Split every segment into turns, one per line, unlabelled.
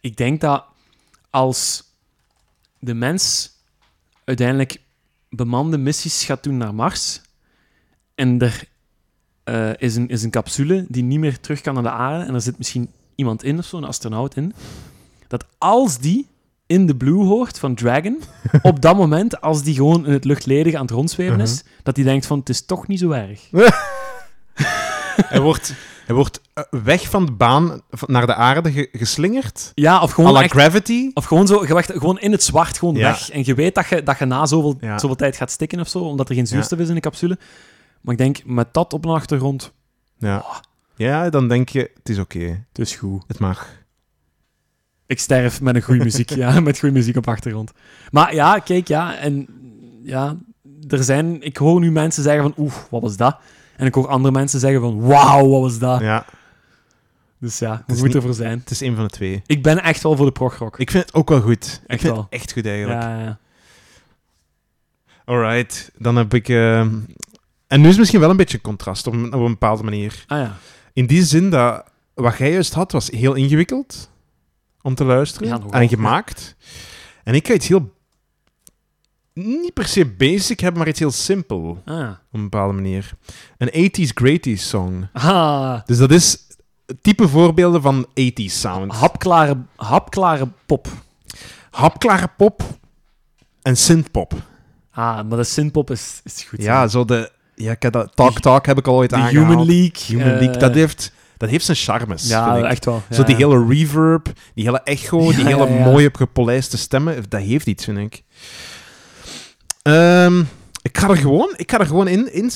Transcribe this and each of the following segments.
Ik denk dat als de mens uiteindelijk bemande missies gaat doen naar Mars en er eh, is, een, is een capsule die niet meer terug kan naar de aarde en er zit misschien iemand in of zo, een astronaut in, dat als die in de blue hoort van Dragon, op dat moment, als die gewoon in het luchtledige aan het rondzweven is, dat die denkt van, het is toch niet zo erg.
Hij wordt, hij wordt eh, weg van de baan v- naar de aarde ge- geslingerd.
Ja, of
à
gewoon
la
echt
Gravity.
Of gewoon zo, je wacht gewoon in het zwart, gewoon
Ja.
weg. En je weet dat je, dat je na zoveel,
Ja.
zoveel tijd gaat stikken of zo, omdat er geen zuurstof is in de capsule. Maar ik denk, met dat op een achtergrond, Oh.
Ja. ja, dan denk je, het is oké.
het is goed.
Het mag.
Ik sterf met een goede muziek, ja, met goede muziek op achtergrond. Maar ja, kijk, ja, en ja, er zijn, ik hoor nu mensen zeggen van, oeh, wat was dat? En ik hoor andere mensen zeggen van, wauw, wat was dat?
Ja,
Dus ja, we
is
moeten
niet-
ervoor zijn.
het is een van de twee.
Ik ben echt wel voor de progrock.
Ik vind het ook wel goed. ik
Echt
vind
wel.
het echt goed eigenlijk.
Ja, ja, ja.
Alright, dan heb ik... eh, En nu is misschien wel een beetje contrast op, een- op een bepaalde manier.
Ah ja,
In die zin dat wat jij juist had, was heel ingewikkeld om te luisteren
Ja, nogal.
en gemaakt. En ik ga iets heel... Niet per se basic hebben, maar iets heel simpel.
ah ja.
op een bepaalde manier. Een 80s Greaties song.
Ah,
Dus dat is type voorbeelden van 80s sound.
hapklare, hapklare pop.
Hapklare pop en synthpop.
Ah, maar de synthpop is, is goed. hè.
Ja, zo de ja, ik heb dat Talk Talk heb ik al ooit
de
aangehaald.
Human League.
Human
eh,
League, dat heeft dat heeft zijn charmes.
Ja,
vind ik.
echt wel. Ja,
zo die
ja.
hele reverb, die hele echo, die
Ja,
hele
ja, ja.
mooie gepolijste stemmen, dat heeft iets, vind ik. Ehm, ik ga er gewoon, ik ga er gewoon in, in,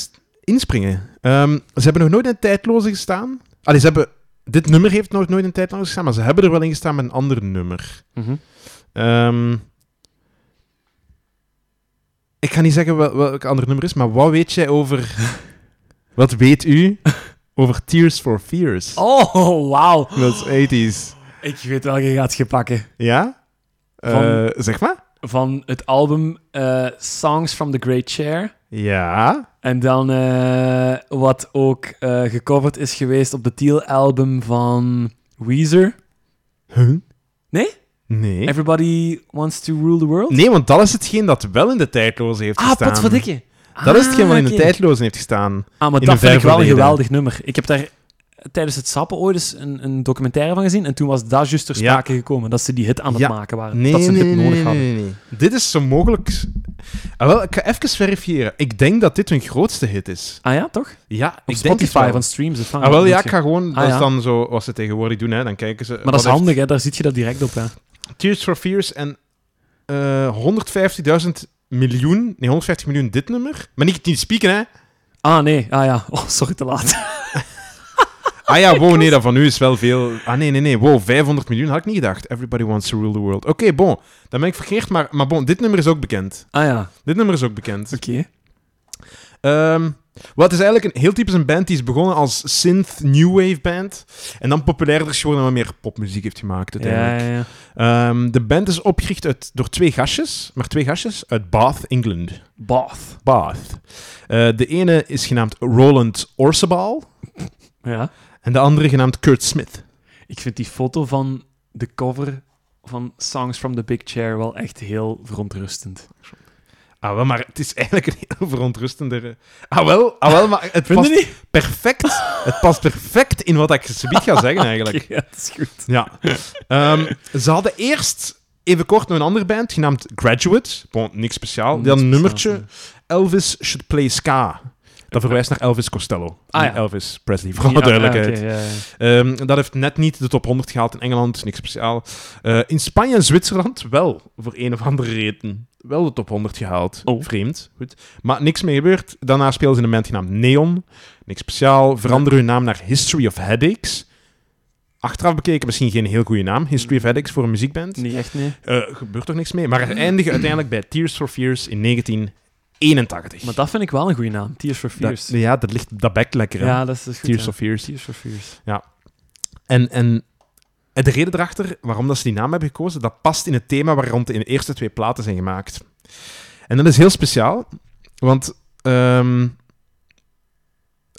inspringen. Ehm, ze hebben nog nooit in tijdloze gestaan. Allee, ze hebben, dit nummer heeft nog nooit in tijdloze gestaan, maar ze hebben er wel in gestaan met een ander nummer.
Mhm.
Ehm, ik ga niet zeggen wel, welk ander nummer is, maar wat weet jij over... wat weet u over Tears for Fears?
Oh, wauw.
Dat is 80s.
Ik weet welke je gaat gepakken.
Ja?
Van-
Eh, zeg maar?
Van het album eh, Songs from the Great Chair.
Ja.
En dan eh, wat ook eh, gecoverd is geweest op de Teal-album van Weezer.
Huh?
Nee?
Nee.
Everybody Wants to Rule the World?
Nee, want dat is hetgeen dat wel in de tijdloze heeft
ah,
gestaan.
potverdikke.
Dat is hetgeen
geen
wat in de tijdloze heeft gestaan.
Ah, maar
In
dat vind ik
een
wel een
ververleden.
geweldig nummer. Ik heb daar tijdens het sappen ooit eens een, een documentaire van gezien. En toen was daar juist ter
Ja.
sprake gekomen. Dat ze die hit aan het
Ja.
maken waren.
Eh, Nee,
dat ze een
nee,
hit
nee,
nodig
nee,
hadden.
nee, nee, nee. Dit is zo mogelijk... Ah, wel, ik ga even verifiëren. Ik denk dat dit hun grootste hit is.
Ah ja, toch?
Ja, ik
Op
denk het
Spotify,
wel.
van streams. of van-
Ah, wel, ja,
dat je-
ik ga gewoon...
Ah,
dat is
ja.
dan zo, wat ze tegenwoordig doen, hè. Dan kijken ze...
Maar dat is
wat heeft-
handig, hè? daar ziet je dat direct op. Hè?
Tears for Fears en eh 150.000 miljoen... Nee, 150 miljoen dit nummer. Maar niet, niet spieken, hè.
Ah nee, ah ja. Oh, sorry, te laat.
Ah ja, wow, nee, dat van u is wel veel. Ah nee, nee, nee, wow, 500 miljoen had ik niet gedacht. Everybody wants to rule the world. Oké, bon, dan ben ik verkeerd, maar, maar bon, dit nummer is ook bekend.
Ah ja,
Dit nummer is ook bekend.
oké.
Ehm wat is eigenlijk een heel typisch een band die is begonnen als synth new wave band en dan populairder is geworden en wat meer popmuziek heeft gemaakt
Ja, ja,
uiteindelijk.
ja.
Ehm, de band is opgericht uit, door twee gastjes, maar twee gastjes uit Bath, England.
Bath.
Bath. Eh, de ene is genaamd Roland Orsebal
Ja.
en de andere genaamd Kurt Smith.
Ik vind die foto van de cover van Songs from the Big Chair wel echt heel verontrustend.
Ah, wel, maar het is eigenlijk een heel verontrustendere... Ah, wel, ah, wel maar het past
niet?
perfect. Het past perfect in wat ik subiet ga zeggen, eigenlijk.
Ja, dat is goed.
Ja. Ehm, ze hadden eerst even kort nog een andere band, genaamd Graduate. Bon, niks speciaal. Die had een nummertje, Elvis Should Play Ska. Dat verwijst naar Elvis Costello.
Ah,
niet
ja.
Elvis Presley, voor alle duidelijkheid.
Ja, oké, ja, ja.
Ehm, dat heeft net niet de top 100 gehaald in Engeland, dus niks speciaal. Eh, in Spanje en Zwitserland wel, voor een of andere reden. Wel de top 100 gehaald.
Oh.
Vreemd. Goed. Maar niks mee gebeurd. Daarna speelden ze in een band genaamd Neon. Niks speciaal. Veranderen hun naam naar History of Headaches. Achteraf bekeken misschien geen heel goede naam. History of Headaches voor een muziekband.
Niet echt, nee.
Eh, gebeurt toch niks mee. Maar ze eindigen uiteindelijk bij Tears for Fears in 1981.
Maar dat vind ik wel een goede naam. Tears for Fears.
Dat- ja, dat, ligt, dat bekt lekker. hè.
ja, dat is, dat is goed.
Tears
ja.
of Fears.
Tears for Fears.
En, en de reden erachter waarom dat ze die naam hebben gekozen, dat past in het thema waar rond in de eerste twee platen zijn gemaakt. En dat is heel speciaal, want ehm,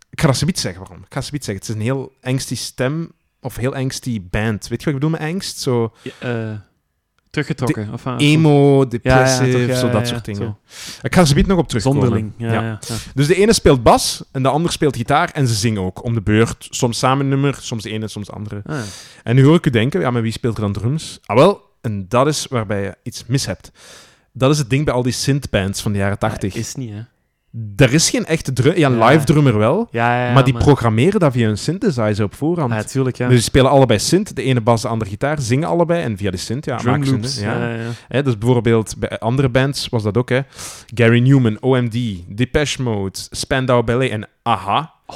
ik ga dat zoiets zeggen waarom. Ik ga zoiets zeggen. Het is een heel angstige stem of heel angsty band. Weet je wat ik bedoel met angst? Zo
Ja, eh, teruggetrokken. of, ah,
emo, depressive,
toch, ja,
zo dat
ja, ja,
soort dingen.
zo.
Ik ga ze biedt nog op terugkomen.
Zonderling. Ja,
Ja.
ja. Ja,
Dus de ene speelt bas en de ander speelt gitaar en ze zingen ook om de beurt. Soms samen een nummer, soms de ene, soms de andere.
Ah, ja.
En nu hoor ik u denken, ja, maar wie speelt er dan drums? Ah wel, en dat is waarbij je iets mis hebt. Dat is het ding bij al die synthbands van de jaren 80.
Is niet, hè?
Er is geen echte drum... Ja,
Ja.
live drummer wel,
Ja, ja, ja,
maar die programmeren dat via een synthesizer op voorhand.
Ja, tuurlijk, ja.
Dus die spelen allebei synth, de ene bas, de andere gitaar, zingen allebei en via de synth, ja,
Drum
maken ze
loops.
een- ja.
Ja, ja, ja.
Hè, dus bijvoorbeeld bij andere bands was dat ook, hè. Gary Newman, OMD, Depeche Mode, Spandau Ballet en Aha.
Oh.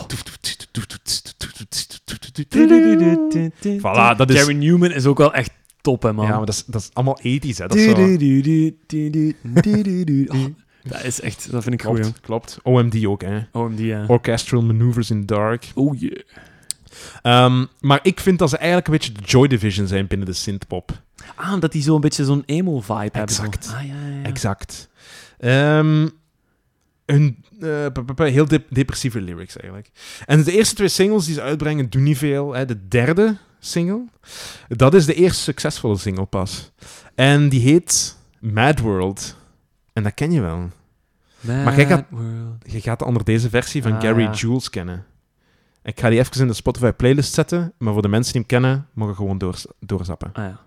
Voilà, dat is-
Gary Newman is ook wel echt top, hè, man.
Ja, maar dat is, dat is allemaal 80s, hè. Dat is zo...
Oh, dat is echt, dat vind ik goed,
Klopt, klopt. OMD ook, hè.
jong. OMD, ja.
Orchestral Maneuvers in the Dark.
Oh, yeah.
Ehm, maar ik vind dat ze eigenlijk een beetje de Joy Division zijn binnen de synthpop.
Ah, dat die zo'n beetje zo'n emo-vibe hebben. zo.
Exact.
Ah, ja, ja, ja.
Exact. Ehm, hun, eh, p- p- p- heel dep- depressieve lyrics eigenlijk. En de eerste twee singles die ze uitbrengen doen niet veel. Hè. De derde single, dat is de eerste succesvolle single pas. En die heet Mad World. En dat ken je wel. Maar kijk,
Mad
dat-
World.
Je gaat onder deze versie van
Ah,
Gary
ja.
Jules kennen. Ik ga die even in de Spotify playlist zetten, maar voor de mensen die hem kennen, mogen gewoon doors- doorzappen.
Ah, ja.